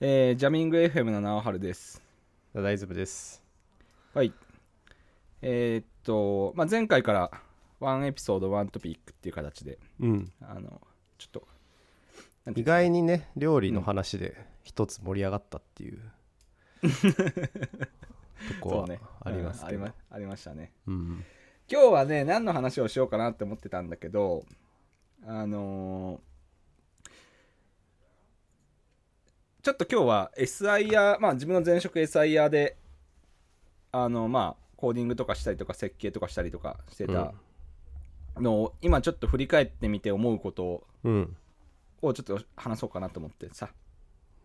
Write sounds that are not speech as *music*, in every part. えージャミング FM の直春です大丈夫です。はいえーっと、まあ、前回からワンエピソードワントピックっていう形でうん。あのちょっと意外にね、料理の話で一つ盛り上がったって *laughs* いう、とこそうはありますけうんどあり。まありましたねうん。今日はね何の話をしようかなって思ってたんだけどあのーちょっと今日は SIR まあ自分の前職 SIR であのまあコーディングとかしたりとか設計とかしたりとかしてたのを、今ちょっと振り返ってみて思うことうん。をちょっと話そうかなと思ってさ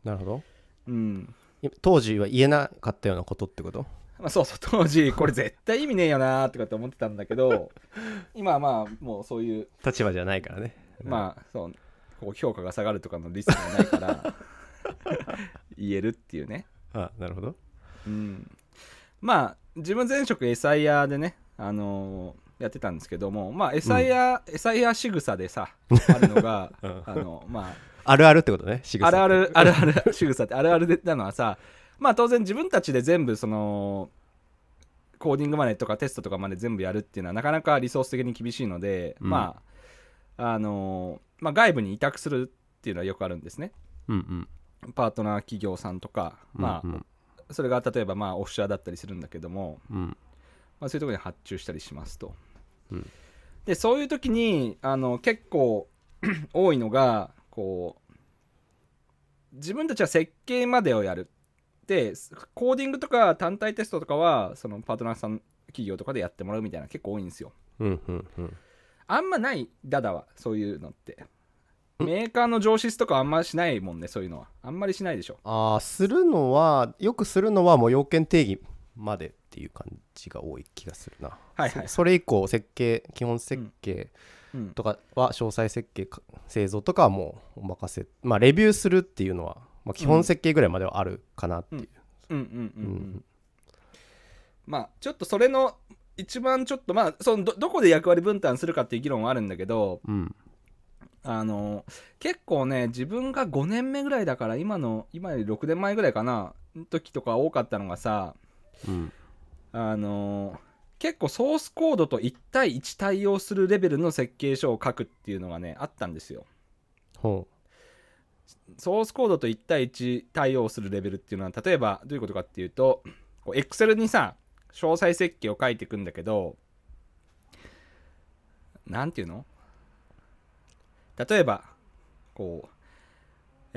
なるほど。うんい当時は言えなかったようなことってことまあ、そうそう当時これ絶対意味ねえよなーとかって思ってたんだけ *laughs* ど今はまあもうそういう立場じゃないからね。まあそうこう評価が下がるとかのリスクがないから *laughs* 言えるっていうね、あなるほど。うん、まあ自分前職 SIR でね、あのーやってたんですけども、まあ、SIR、SIR 仕草でさあるの *laughs* が、うんあのまあるあるってことね、仕あ、草あるあるあるあ *laughs* る仕草ってあるあるでなのはさまあ当然自分たちで全部そのコーディングまでとかテストとかまで全部やるっていうのはなかなかリソース的に厳しいので、うんまああのーまあ、外部に委託するっていうのはよくあるんですねうんうん。パートナー企業さんとか、まうんうんあ、それが例えばまあオフィシャーだったりするんだけども、うん。まあ、そういうところに発注したりしますと、うんでそういう時にあの結構 *clears throat* 多いのがこう自分たちは設計までをやるでコーディングとか単体テストとかはそのパートナーさん企業とかでやってもらうみたいな結構多いんですようんうんうん。あんまないダダはそういうのってメーカーの上質とかあんましないもんねそういうのはあんまりしないでしょああ、するのは、よくするのはもう要件定義までっていう感じが多い気がするな。はいはいそそれ以降、設計、基本設計、うんとかは詳細設計か製造とかはもうお任せまあレビューするっていうのは、まあ、基本設計ぐらいまではあるかなっていう、うんうんうん、ううんん、まあちょっとそれの一番ちょっとまあそのどどこで役割分担するかっていう議論はあるんだけどうんあの結構ね自分が5年目ぐらいだから今の今より6年前ぐらいかな時とか多かったのがさうんあの結構ソースコードと1対1対応するレベルの設計書を書くっていうのがねあったんですよほソースコードと1対1対応するレベルっていうのは例えばどういうことかっていうとこう Excel にさ詳細設計を書いていくんだけどなんていうの例えばこう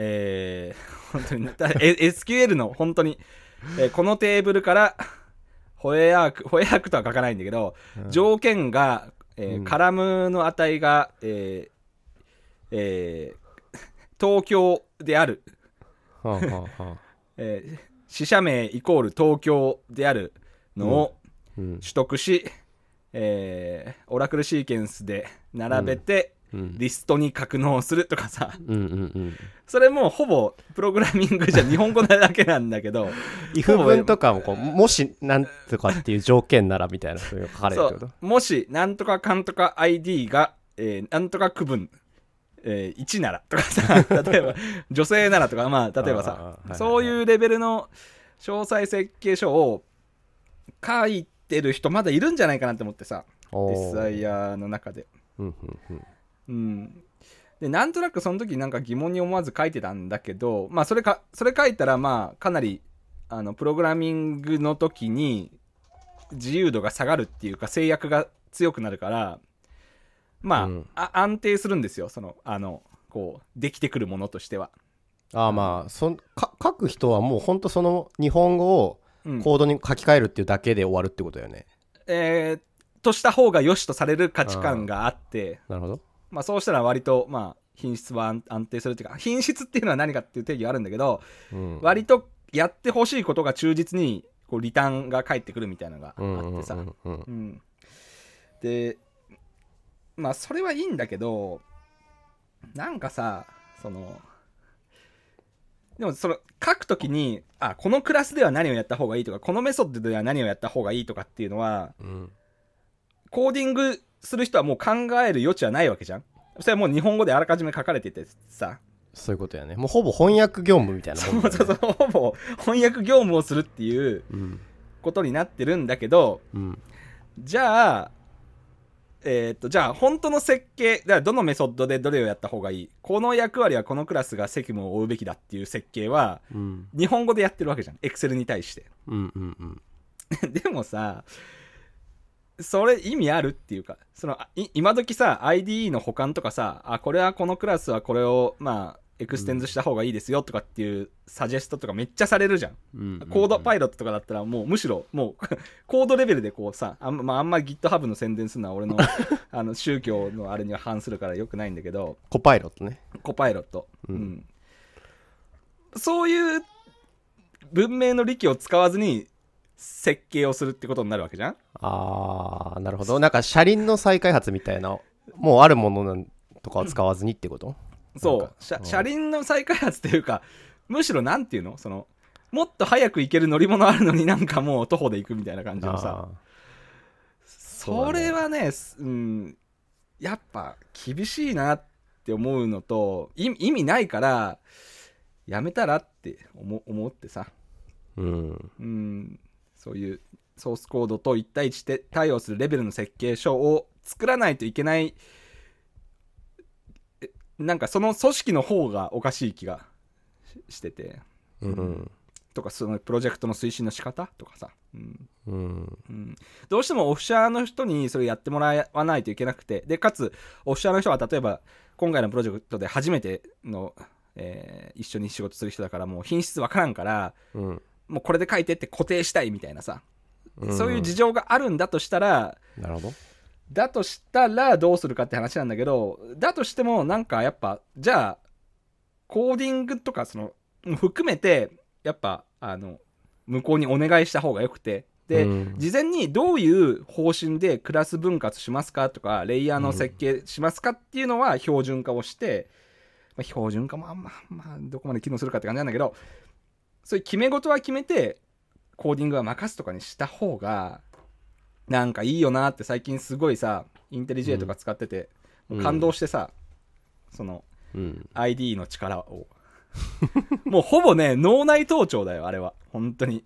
えー、 *laughs* 本当にだえ SQL の本当に、えーこのテーブルからホエアークホエアークとは書かないんだけど、うん条件が、えーうんカラムの値が、えーえー東京である、うはあはあはあえー死者名イコール東京であるのをうん取得し、えーオラクルシーケンスで並べて、うんリストに格納するとかさうんうんうんそれもうほぼプログラミングじゃ日本語なだけなんだけど if 文とかもこうもしなんとかっていう条件ならみたいなそういうのが書かれるそってこうもしなんとかかんとか ID が、えーなんとか区分、えー1ならとかさ *laughs* 例えば女性ならとかまあ例えばあーはさいはいはいそういうレベルの詳細設計書を書いてる人まだいるんじゃないかなと思ってさとおー SIR の中でうんうんうんうんでなんとなくその時なんか疑問に思わず書いてたんだけどまあそれかそれ書いたらまあかなりあのプログラミングの時に自由度が下がるっていうか制約が強くなるからまあ,、うんあ安定するんですよそのあのこうできてくるものとしては、ああまあそんか書く人はもうほんとその日本語をうんコードに書き換えるっていうだけで終わるってことだよね、えーとした方が良しとされる価値観があってなるほどまあそうしたら割とまあ品質は安安定するっていうか品質っていうのは何かっていう定義があるんだけど、うん割とやってほしいことが忠実にこうリターンが返ってくるみたいなのがあってさ、うんうんうんうんでまあそれはいいんだけどなんかさそのでもその書くときにあこのクラスでは何をやった方がいいとかこのメソッドでは何をやった方がいいとかっていうのはうんうんコーディングする人はもう考える余地はないわけじゃんそれはもう日本語であらかじめ書かれててさそういうことやねもうほぼ翻訳業務みたいなそもんうだよねそうそう、ほぼ翻訳業務をするっていううんことになってるんだけど、うんじゃあ、えーっと、じゃあ、本当の設計、だからどのメソッドでどれをやった方がいいこの役割はこのクラスが責務を負うべきだっていう設計は、うん日本語でやってるわけじゃん。エクセルに対して。 *laughs* うんうんうんでもさ、それ意味あるっていうか、その、あい今時さ、IDE の保管とかさ、あ、これはこのクラスはこれを、まあ、エクステンズした方がいいですよとかっていうサジェストとかめっちゃされるじゃん。うんうんコードパイイロットとかだったらもうむしろもう *laughs* コードレベルでこうさあん,、まあ、あんま GitHub の宣伝するのは俺 *laughs* のあの宗教のあれには反するからよくないんだけどコパイロットねコパイロット、うんそういう文明の利器を使わずに設計をするってことになるわけじゃんあーなるほどなんか車輪の再開発みたいなもうあるものなんとかを使わずにってことそなんうか車うん車輪の再開発っていうかむしろなんていうのそのもっと早く行ける乗り物あるのになんかもう徒歩で行くみたいな感じのさあーそれはね、すうん、やっぱ厳しいなって思うのと、意意味ないから、やめたらって思思ってさ、うんうん、そういうソースコードと1対1で対応するレベルの設計書を作らないといけない、えなんかその組織の方がおかしい気がししてて、うんとかそのプロジェクトの推進の仕方とかさ、うん、うんうんどうしてもオフィシャーの人にそれやってもらわないといけなくてでかつオフィシャーの人は例えば今回のプロジェクトで初めての、えー一緒に仕事する人だからもう品質わからんからうんもうこれで書いてって固定したいみたいなさ、そういう事情があるんだとしたらなるほどだとしたらどうするかって話なんだけどだとしてもなんかやっぱじゃあコーディングとかその含めてやっぱあの向こうにお願いした方がよくてで、うん事前にどういう方針でクラス分割しますかとかレイヤーの設計しますかっていうのは標準化をして、まあ、標準化もあんま、まあ、どこまで機能するかって感じなんだけどそういう決め事は決めてコーディングは任すとかにした方がなんかいいよなって最近すごいさインテリジェとか使ってて、うんもう感動してさ、そのうん ID の力を *laughs* もうほぼね脳内盗聴だよあれは本当に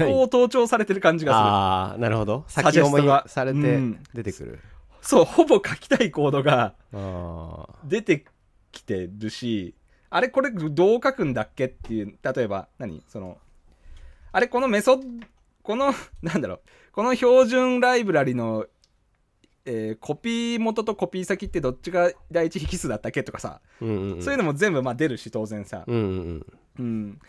思考を盗聴されてる感じがする。ああなるほどサジェス先思いトがされうてん出てくるそう、ほぼ書きたいコードがああ出てきてるし、あれこれどう書くんだっけっていう、例えば、何その、あれこのメソッド、この、なんだろう、この標準ライブラリの、えーコピー元とコピー先ってどっちが第一引数だったっけとかさ、うんうんうんそういうのも全部まあ出るし、当然さ。うんうんうん。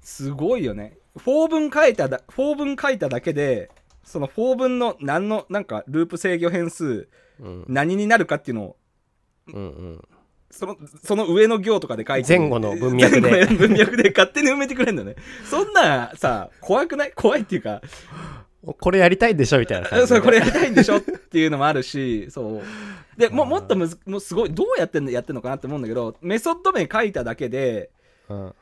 すごいよね。法文書いただ、法文書いただけで、その法文の何の、なんかループ制御変数、うん何になるかっていうのをうんうんそのその上の行とかで書いて前後の文脈で前後の文脈で勝手に埋めてくれるんだよねそんなさ怖くない怖いっていうかこれやりたいんでしょみたいな *laughs* 感じでそうこれやりたいんでしょっていうのもあるしそうでもうもっとむずもうすごいどうやってんのやってんのかなって思うんだけどメソッド名書いただけでうん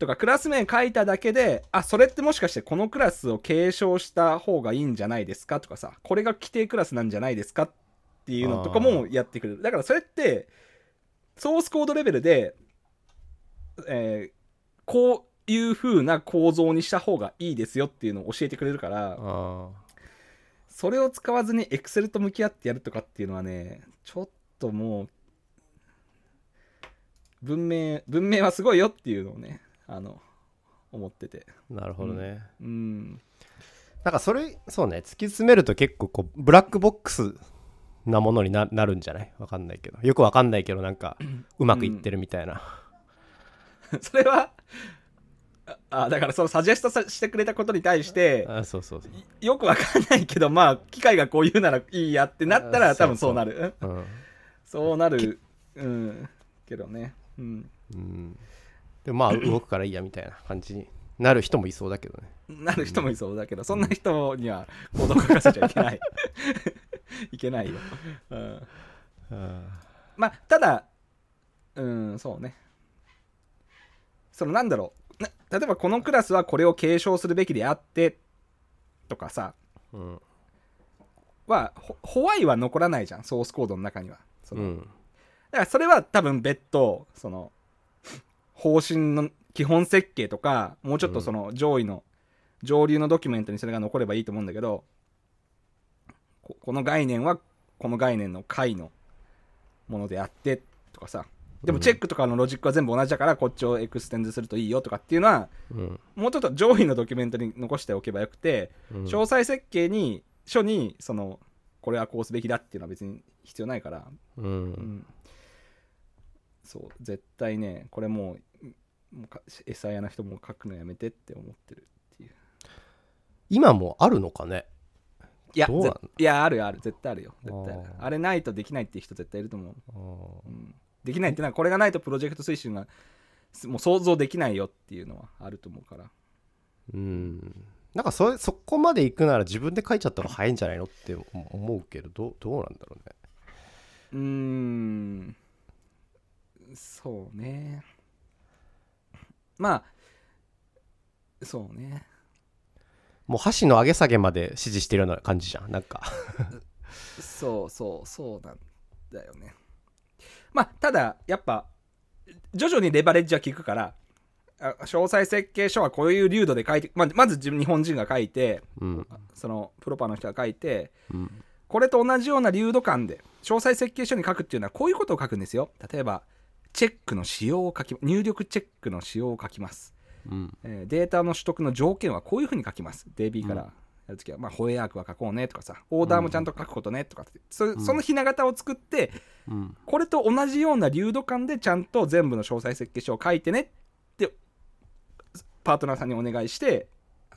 とかクラス名書いただけであそれってもしかしてこのクラスを継承した方がいいんじゃないですかとかさこれが規定クラスなんじゃないですかっていうのとかもやってくれるだからそれってソースコードレベルで、えーこういう風な構造にした方がいいですよっていうのを教えてくれるからあそれを使わずに Excel と向き合ってやるとかっていうのはねちょっともう文明文明はすごいよっていうのをねあの思っててあなるほどねうん *laughs* なんかそれそうね突き詰めると結構こうブラックボックスなものにななるんじゃないわかんないけどよくわかんないけどなん *clears throat* かうまくいってるみたいな、それはああだからそのサジェストさしてくれたことに対してあそうそうそうよくわかんないけどまあ機械がこう言うならいいやってなったらあそ多う分そうなるうん、そうなるうんけどねうんうん、でまあ動くからいいやみたいな感じになる人もいそうだけどねなる人もいそうだけど、そんな人には行動を書かせちゃいけ *laughs* ないいけないよ、うん、まあただうんそうねそのなんだろうな例えばこのクラスはこれを継承するべきであってとかさうんはホホワイは残らないじゃんソースコードの中にはその、うんだからそれは多分別途その方針の基本設計とかもうちょっとその上位の、上流のドキュメントにそれが残ればいいと思うんだけどここの概念はこの概念の解のものであってとかさでもチェックとかのロジックは全部同じだからこっちをエクステンズするといいよとかっていうのはうんもうちょっと上位のドキュメントに残しておけばよくてうん詳細設計に書にそのこれはこうすべきだっていうのは別に必要ないからううんん、そう絶対ねこれもうもうかエサやな人もう書くのやめてって思ってるっていう今もあるのかねいやどうなんぜいやあるよある絶対あるよ絶対あるあーあれないとできないっていう人絶対いると思う、あーうん、できないっていうのはこれがないとプロジェクト推進がすもう想像できないよっていうのはあると思うからうんなんかそれそこまで行くなら自分で書いちゃった方が早いんじゃないのって思うけどどうどうなんだろうねうーんそうねまあそうねもう箸の上げ下げまで指示してるような感じじゃんなんかそうそうそうなんだよねまあただやっぱ徐々にレバレッジは効くからあ詳細設計書はこういう流度で書いて、まあ、まず自分日本人が書いてうんそのプロパーの人が書いてうんこれと同じような流度感で詳細設計書に書くっていうのはこういうことを書くんですよ例えばチェックの仕様を書き入力チェックの仕様を書きますうんえーデータの取得の条件はこういうふうに書きます。DB からやるときは、まあ、ホエーアークは書こうねとかさ、オーダーもちゃんと書くことねとかって、そんそのひな形を作って、うんこれと同じような流度感でちゃんと全部の詳細設計書を書いてねって、パートナーさんにお願いして、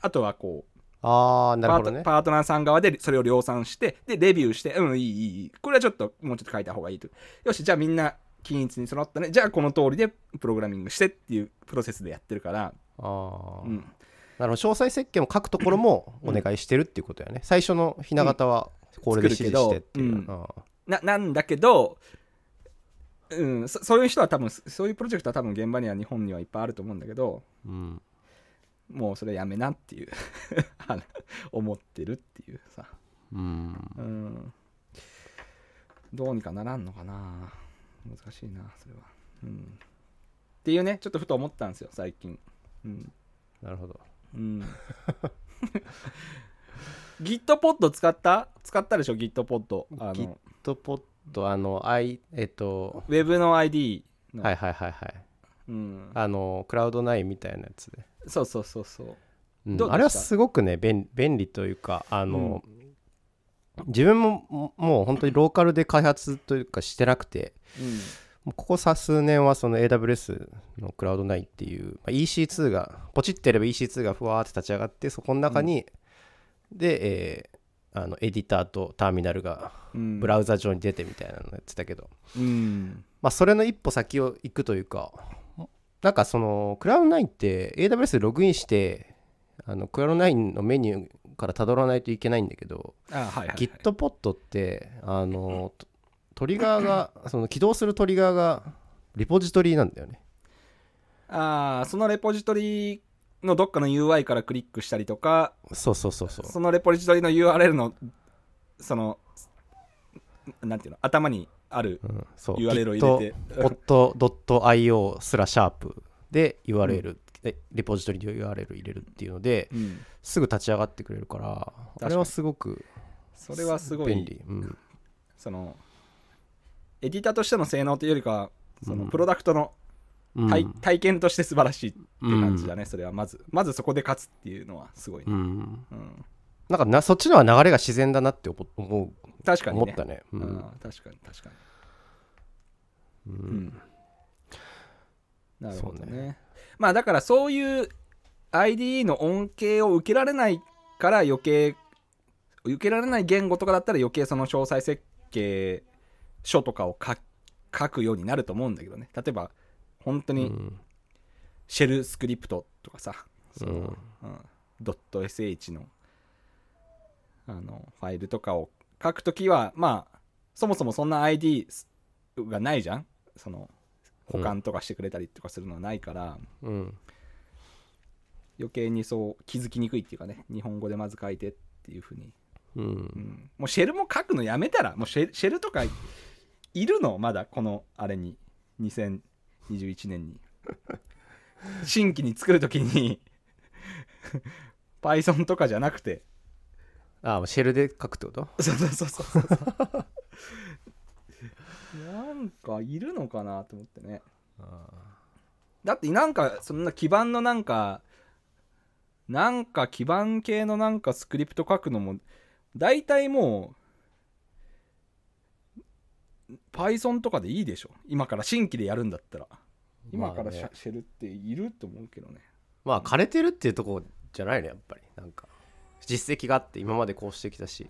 あとはこう、ああなるパほーどトねパートナーさん側でそれを量産して、で、レビューして、うん、いい、いいいい、これはちょっと、もうちょっと書いた方がいいと。よし、じゃあみんな均一に揃ったね。じゃあこの通りでプログラミングしてっていうプロセスでやってるから、ああ、うん。なるほど詳細設計も書くところもお願いしてるっていうことやね、最初のひな形はこれで指示してっていうう、んうんあななんだけど、うん、そそういう人は多分そそういうプロジェクトは多分現場には日本にはいっぱいあると思うんだけどーうんもうそれやめなっていう *laughs* あの思ってるっていうさ、うんうん、どうにかならんのかな難しいなそれは、うん、っていうねちょっとふと思ったんですよ最近、うんなるほどうん *laughs* GitPod 使った使ったでしょ GitPod あの GitPod あの I えっとウェブの ID の、はいはいはいはいうん、あのクラウド9みたいなやつで、そうそうそうそううんどうでしたあれはすごくね便便利というかあの、自分もももう本当にローカルで開発というかしてなくてうんもうここさ数年はその AWS のクラウド9っていう、まあ、EC2 がポチってやれば EC2 がふわーって立ち上がってそこの中に、で、えーあのエディターとターミナルがうんブラウザ上に出てみたいなのやってたけど、うんまあ、それの一歩先を行くというかなんかそのクラウド9って AWS でログインしてあのクラウド9のメニューからたどらないといけないんだけど、あはいはい、はい、 GitPod ってあのトトリガーがその起動するトリガーがリポジトリなんだよねああそのレポジトリのどっかの UI からクリックしたりとかそうそうそうそうそのレポジトリの URL のそのなんていうの頭にあるうん、そう URL を入れて pod.io スラシャープで URL、えリポジトリに URL 入れるっていうのでうんすぐ立ち上がってくれるから確かあにれはすごくそれはすごい便利、うん、そのエディターとしての性能というよりかはそのうんプロダクトのうん体,、体験として素晴らしいって感じだね、それはまずまずそこで勝つっていうのはすごいね、うんうんなんかなそっちのは流れが自然だなって思う思う確かに思ねったね、うんあー確かに確かにううんん、なるほどそうねまあだからそういう IDE の恩恵を受けられないから余計受けられない言語とかだったら余計その詳細設計書とかを書書くようになると思うんだけどね例えば本当うにんシェルスクリプトとかさ、そのうんうんドット .sh のあのファイルとかを書くときはまあそもそもそんな ID がないじゃんその保管とかしてくれたりとかするのはないから、うん余計にそう気づきにくいっていうかね日本語でまず書いてっていうふうに、ううんんもうシェルも書くのやめたらもうシェルシェルとかいるのまだこのあれに2021年 *laughs* に新規に作るときに Python とかじゃなくてああシェルで書くってことそうそうそうそうそう *laughs* なんかいるのかなと思ってねだってなんかそんな基盤のなんかなんか基盤系のなんかスクリプト書くのも大体もう Python とかでいいでしょ今から新規でやるんだったら今からシまあャねシェルっていると思うけどねまあ枯れてるっていうところじゃないのやっぱりなんか実績があって今までこうしてきたし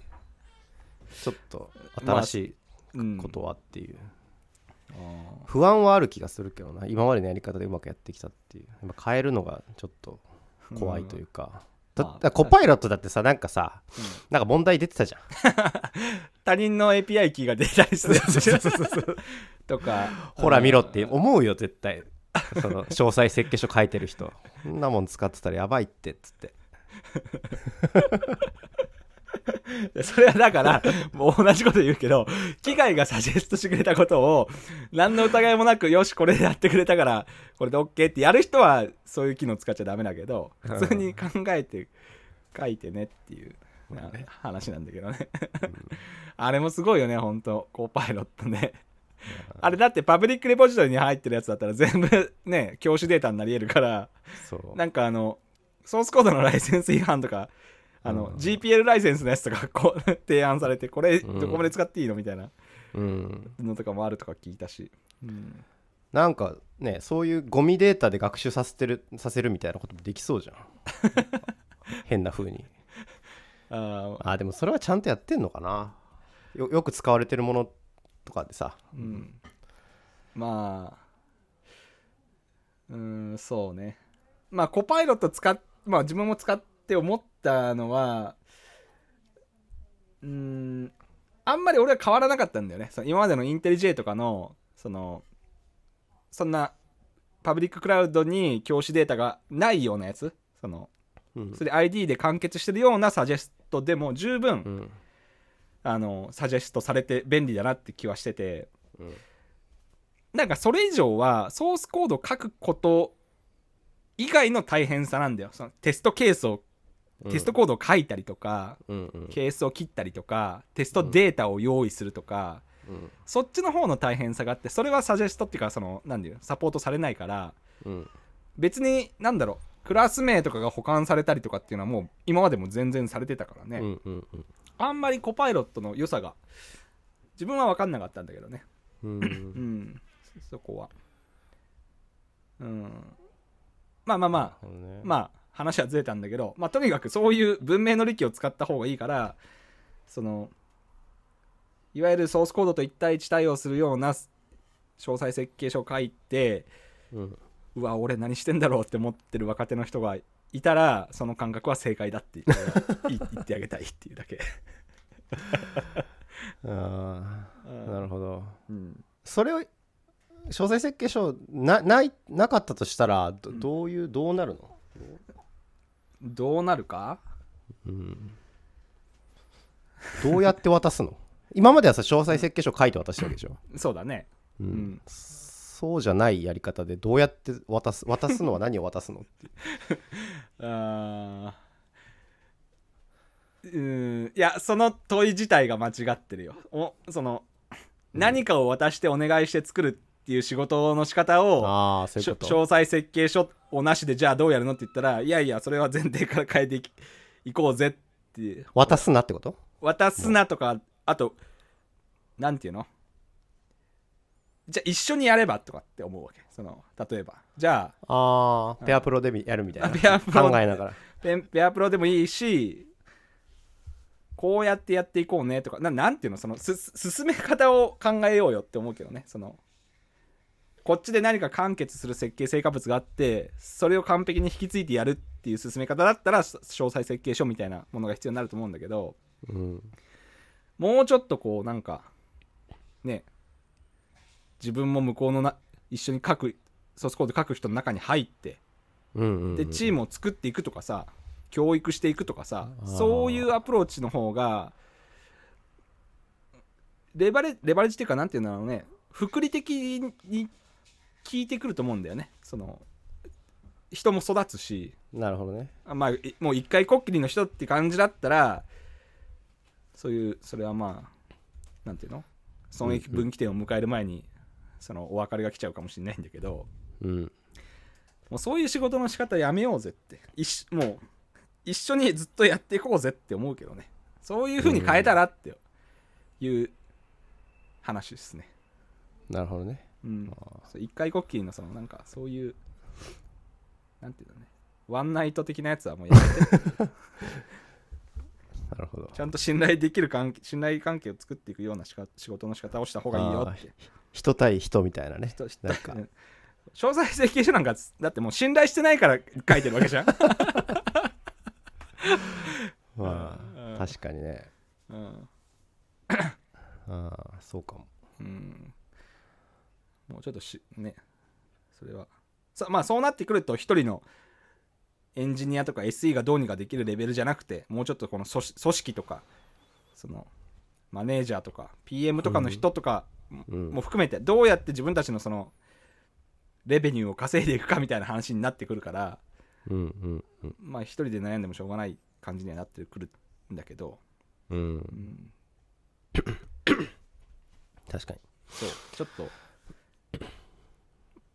ちょっと新しうんいことはっていう、あー不安はある気がするけどな今までのやり方でうまくやってきたっていうやっぱ変えるのがちょっと怖いというか、うんだまあだからコパイロットだってさなんかさ、うんなんか問題出てたじゃん他人の API キーが出たりするやつ *laughs* とかほら見ろって思うよ絶対その詳細設計書書いてる人こんなもん使ってたらやばいってっつってで *laughs* それはだから、もう同じこと言うけど、機械がサジェストしてくれたことを、何の疑いもなく、よし、これでやってくれたから、これで OK ってやる人は、そういう機能使っちゃダメだけど、普通に考えて、書いてねっていう、な話なんだけどね。あれもすごいよね、ほんと。コーパイロットね。あれだってパブリックレポジトリに入ってるやつだったら全部ね、教師データになり得るから、そうなんかあの、ソースコードのライセンス違反とか、あの、うん GPL ライセンスのやつとかこう *laughs* 提案されて、これ、うんどこまで使っていいのみたいなうんのとかもあるとか聞いたし。うんなんかねそういうゴミデータで学習させてるさせるみたいなこともできそう *laughs* じゃん変な風にあーあーでもそれはちゃんとやってんのかなよよく使われてるものとかでさうん。まあ、うん、そうね。まあ、コパイロット使っ、まあ自分も使って思ったのは、うん、あんまり俺は変わらなかったんだよね。その今までのインテリ J とかの、その、そんな、パブリッククラウドに教師データがないようなやつ、その、うんそれで ID で完結してるようなサジェストでも十分、うんあの、サジェストされて便利だなって気はしてて、うんなんかそれ以上はソースコードを書くこと以外の大変さなんだよそのテストケースを、テストコードを書いたりとか、うんうんケースを切ったりとかテストデータを用意するとか、うんそっちの方の大変さがあってそれはサジェストっていうかその何ていうのサポートされないからうん別になんだろうクラス名とかが保管されたりとかっていうのはもう今までも全然されてたからね、うんうんうんあんまりコパイロットの良さが自分は分かんなかったんだけどねうんうん、そそこは。うん。まあまあまあ、まあまあ、話はずれたんだけど、まあとにかくそういう文明の利器を使った方がいいから、その、いわゆるソースコードと一対一対応するような詳細設計書を書いて、うんうわ、俺何してんだろうって思ってる若手の人がいたら、その感覚は正解だって言ってい言ってあげたいっていうだけ。あーなるほどうんそれを詳細設計書なないなかったとしたらどどういうどうなるの、どうなるかどうやって *laughs* 渡すの今まではさ詳細設計書書いて渡してるわけでしょ、そうだね。うんうんそうじゃないやり方でどうやって渡す渡すのは何を渡 *laughs* すのあーうーんいやその問い自体が間違ってるよおその何かを渡してお願いして作るっていう仕事の仕方をああそうしいうょこ詳と細設計書をなしでじゃあどうやるのって言ったらいやいやそれは前提から変えていきいこうぜって渡すなってこと渡すなとかあとなんていうのじゃあ一緒にやればとかって思うわけその例えばじゃあああペアプロでみやるみたいなあ *laughs* ペアプロ考えながらペンペアプロでもいいしこうやってやっていこうねとかななんていうのそのすす進め方を考えようよって思うけどねそのこっちで何か完結する設計成果物があってそれを完璧に引き継いでやるっていう進め方だったらそ詳細設計書みたいなものが必要になると思うんだけどうんもうちょっとこうなんかね自分も向こうのな一緒に書くソースコード書く人の中に入ってうんうんうんでチームを作っていくとかさ教育していくとかさあーそういうアプローチの方がレバレレバレッジっていうかなんていうんだろうね複利的に効いてくると思うんだよねその人も育つしなるほどねあまあいもう一回こっきりの人って感じだったらそういうそれはまあなんていうの損益分岐点を迎える前にそのお別れが来ちゃうかもしれないんだけどうんもうそういう仕事の仕方やめようぜって一緒もう一緒にずっとやっていこうぜって思うけどねそういう風に変えたらっていう話ですねなるほどねうんあーそう一回こっきりのそのなんかそういうなんていうのねワンナイト的なやつはもう *laughs* やめてなるほどちゃんと信頼できる関係信頼関係を作っていくようなしか仕事の仕方をした方がいいよって人対人みたいなね人知ったなんかうん *laughs* 詳細請求書なんかだってもう信頼してないから書いてるわけじ *laughs* ゃん、まうんあ確かにねうんああそうかもうん、もうちょっとしねそれはさまあそうなってくると一人のエンジニアとか SE がどうにかできるレベルじゃなくてもうちょっとこの組織組織とかそのマネージャーとか PM とかの人とかうんも含めてどうやって自分たちのそのレベニューを稼いでいくかみたいな話になってくるからうんうんうんまあ一人で悩んでもしょうがない感じにはなってくるんだけど、うんうん、確かにそうちょっと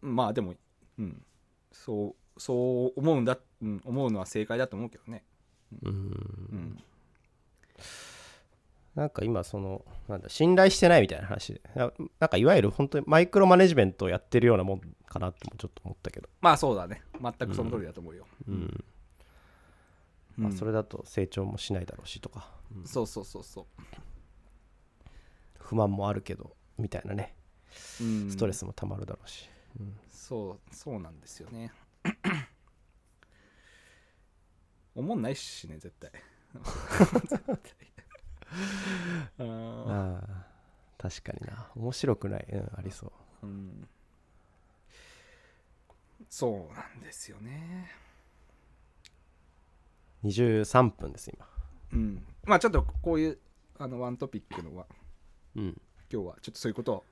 まあでもうんそうそう思うんだ、うん、思うのは正解だと思うけどねうんうんなんか今そのなんだ信頼してないみたいな話ななんかいわゆる本当にマイクロマネジメントをやってるようなもんかなってもちょっと思ったけど、まあそうだね全くその通りだと思うよ、うんうんまあ、それだと成長もしないだろうしとか、うんそうそうそうそ不満もあるけどみたいなねう、うんストレスもたまるだろうし、うんそうそうなんですよね *coughs* 思んないしね絶 *laughs* 対絶対うんああ確かにな面白くない、うん、ありそううんそうなんですよね23分です今うん、まあちょっとこういうあのワントピックのはうん今日はちょっとそういうことを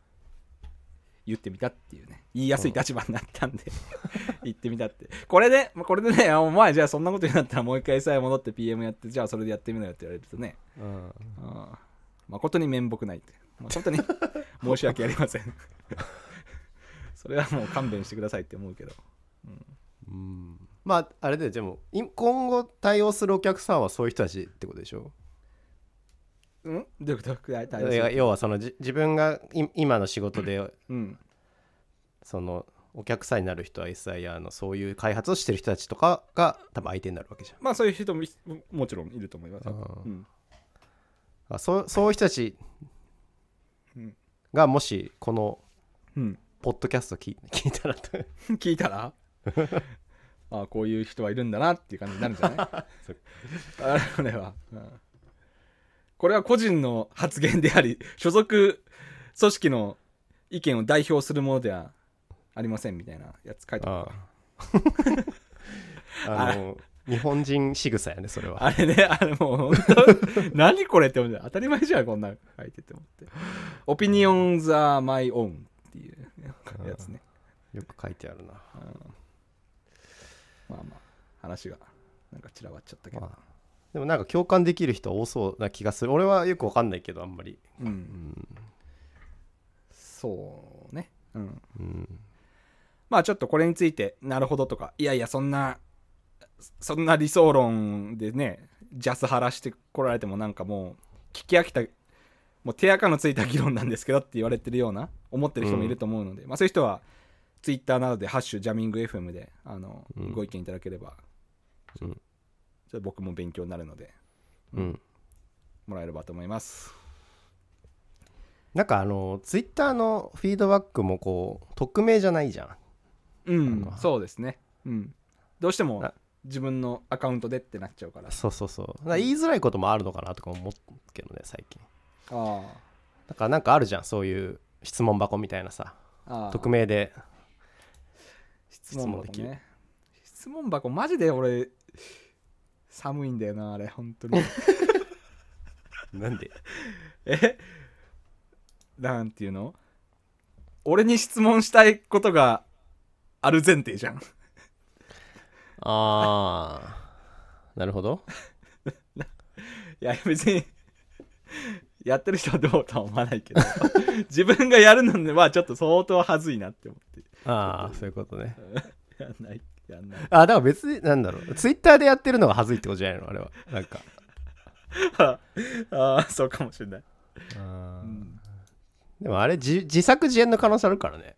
言ってみたっていうね言いやすい立場になったんで言ってみたってこれでまあこれでねあお前じゃあそんなことになったらもう一回さえ戻って PM やってじゃあそれでやってみろよって言われるとねうんあ誠に面目ないって誠に申し訳ありません *laughs* それはもう勘弁してくださいって思うけどうんまああれででもい今後対応するお客さんはそういう人たちってことでしょうんどういうこと大丈いや夫要はそのじ自分がい今の仕事でうんそのお客さんになる人は SIR のそういう開発をしてる人たちとかが多分相手になるわけじゃんまあそういう人もいもちろんいると思いますよ、あーうんあそうそういう人たちうんがもしこのうん、ポッドキャスト聞聞いたらと *laughs* 聞いたらああこういう人はいるんだなっていう感じになるんじ *laughs* ゃないあこれは、うんこれは個人の発言であり *laughs* 所属組織の意見を代表するものではありませんみたいなやつ書いてああ *laughs* ああの日本人仕草やねそれはあれねあれもう本 *laughs* 当何これって思って当たり前じゃんこんなの書いてて思って「オピニオン・ザ・マイ・オン」っていうやつねよく書いてあるな、まあまあ話がなんか散らばっちゃったけど、まあ、でもなんか共感できる人多そうな気がする俺はよくわかんないけどあんまりうんうん、そうねうんうん、まあちょっとこれについてなるほどとかいやいやそんなそんな理想論でねジャスハラしてこられてもなんかもう聞き飽きたもう手垢のついた議論なんですけどって言われてるような思ってる人もいると思うので、まあそういう人はツイッターなどで「ハッシュジャミング FM で」あのうんご意見いただければ、うんちょっと僕も勉強になるのでうん、もらえればと思いますなんかあのツイッターのフィードバックもこう匿名じゃないじゃんうんあのそうですねうんどうしてもあ自分のアカウントでってなっちゃうからあそうそうそうだから言いづらいこともあるのかなとか思うけどね最近あだからなんかあるじゃんそういう質問箱みたいなさああ匿名で質問箱質問できるね質問箱マジで俺寒いんだ *laughs* よなあれ本当になんでえなんていうの俺に質問したいことがある前提じゃん。 *laughs* ああなるほどいや、別に、 *laughs* やってる人はどうとは思わないけど、 *laughs* 自分がやるのはちょっと相当恥ずいなって思って。ああそういうことねやんない、やんない。あだから別になんだろうツイッターでやってるのが恥ずいってことじゃないのあれはなんかああ、そうかもしれない。んでもあれ自自作自演の可能性あるからね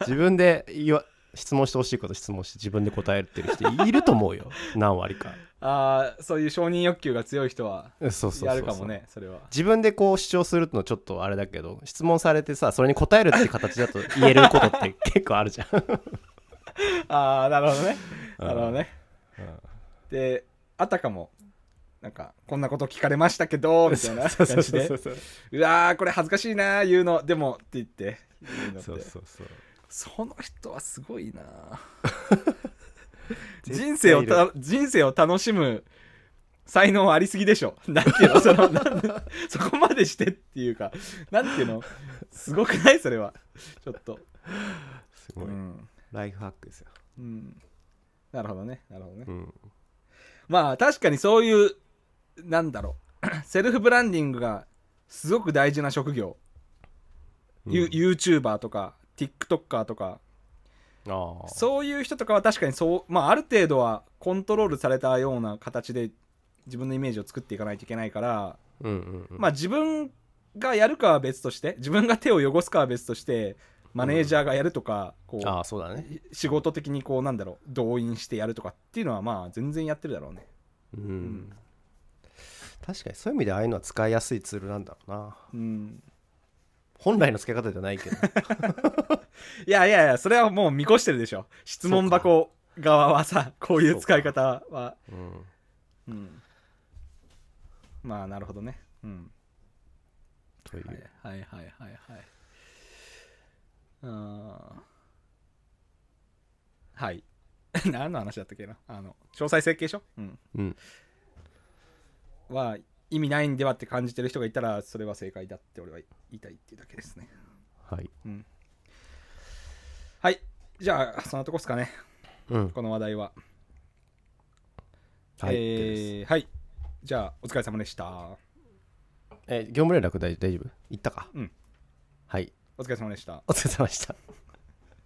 自分で言わ質問してほしいこと質問して自分で答えてる人いると思うよ何割かああ、そういう承認欲求が強い人は、そうそうそうそうやるかもね、それは。自分でこう主張するのちょっとあれだけど質問されてさそれに答えるって形だと言えることって *laughs* 結構あるじゃんああ、なるほどね。うんなるほどね。うんで、あたかも、なんか、こんなこと聞かれましたけど、みたいなそうそ感うじそうでそう。そううわー、これ恥ずかしいなー、言うの。でも、って言って。言うのってそうそうそうその人はすごい *laughs* な人生をた人生を楽しむ才能ありすぎでしょなんていうのそのなんでそこまでしてっていうかなんていうのすごくないそれはちょっと、すうごい、んライフハックですよ、うん、なるほどねなるほどね、うん、まあ確かにそういうなんだろう *clears throat* セルフブランディングがすごく大事な職業、ユうんユーチューバーとか TikToker とかああそういう人とかは確かにそう、まあ、ある程度はコントロールされたような形で自分のイメージを作っていかないといけないから、う、うんうんうん、まあ自分がやるかは別として自分が手を汚すかは別としてマネージャーがやるとか、あこあそうだねう仕事的にこうなんだろう動員してやるとかっていうのはまあ全然やってるだろうねうん、ん確かにそういう意味でああいうのは使いやすいツールなんだろうなうん本来の付け方じゃない *laughs* けどいやいやいやそれはもう見越してるでしょ質問箱側はさこういう使い方はうんうんまあなるほどねうんという、はいはいはいはいはいあーはい *laughs* 何の話だったっけなあの詳細設計書、うん、うんは意味ないんではって感じてる人がいたらそれは正解だって俺は言いたいっていうだけですねはいうんはいじゃあそんなとこですかねうんこの話題ははい、えですーはいじゃあお疲れ様でしたえ業務連絡大大丈夫行ったかうんはいお疲れ様でしたお疲れ様でした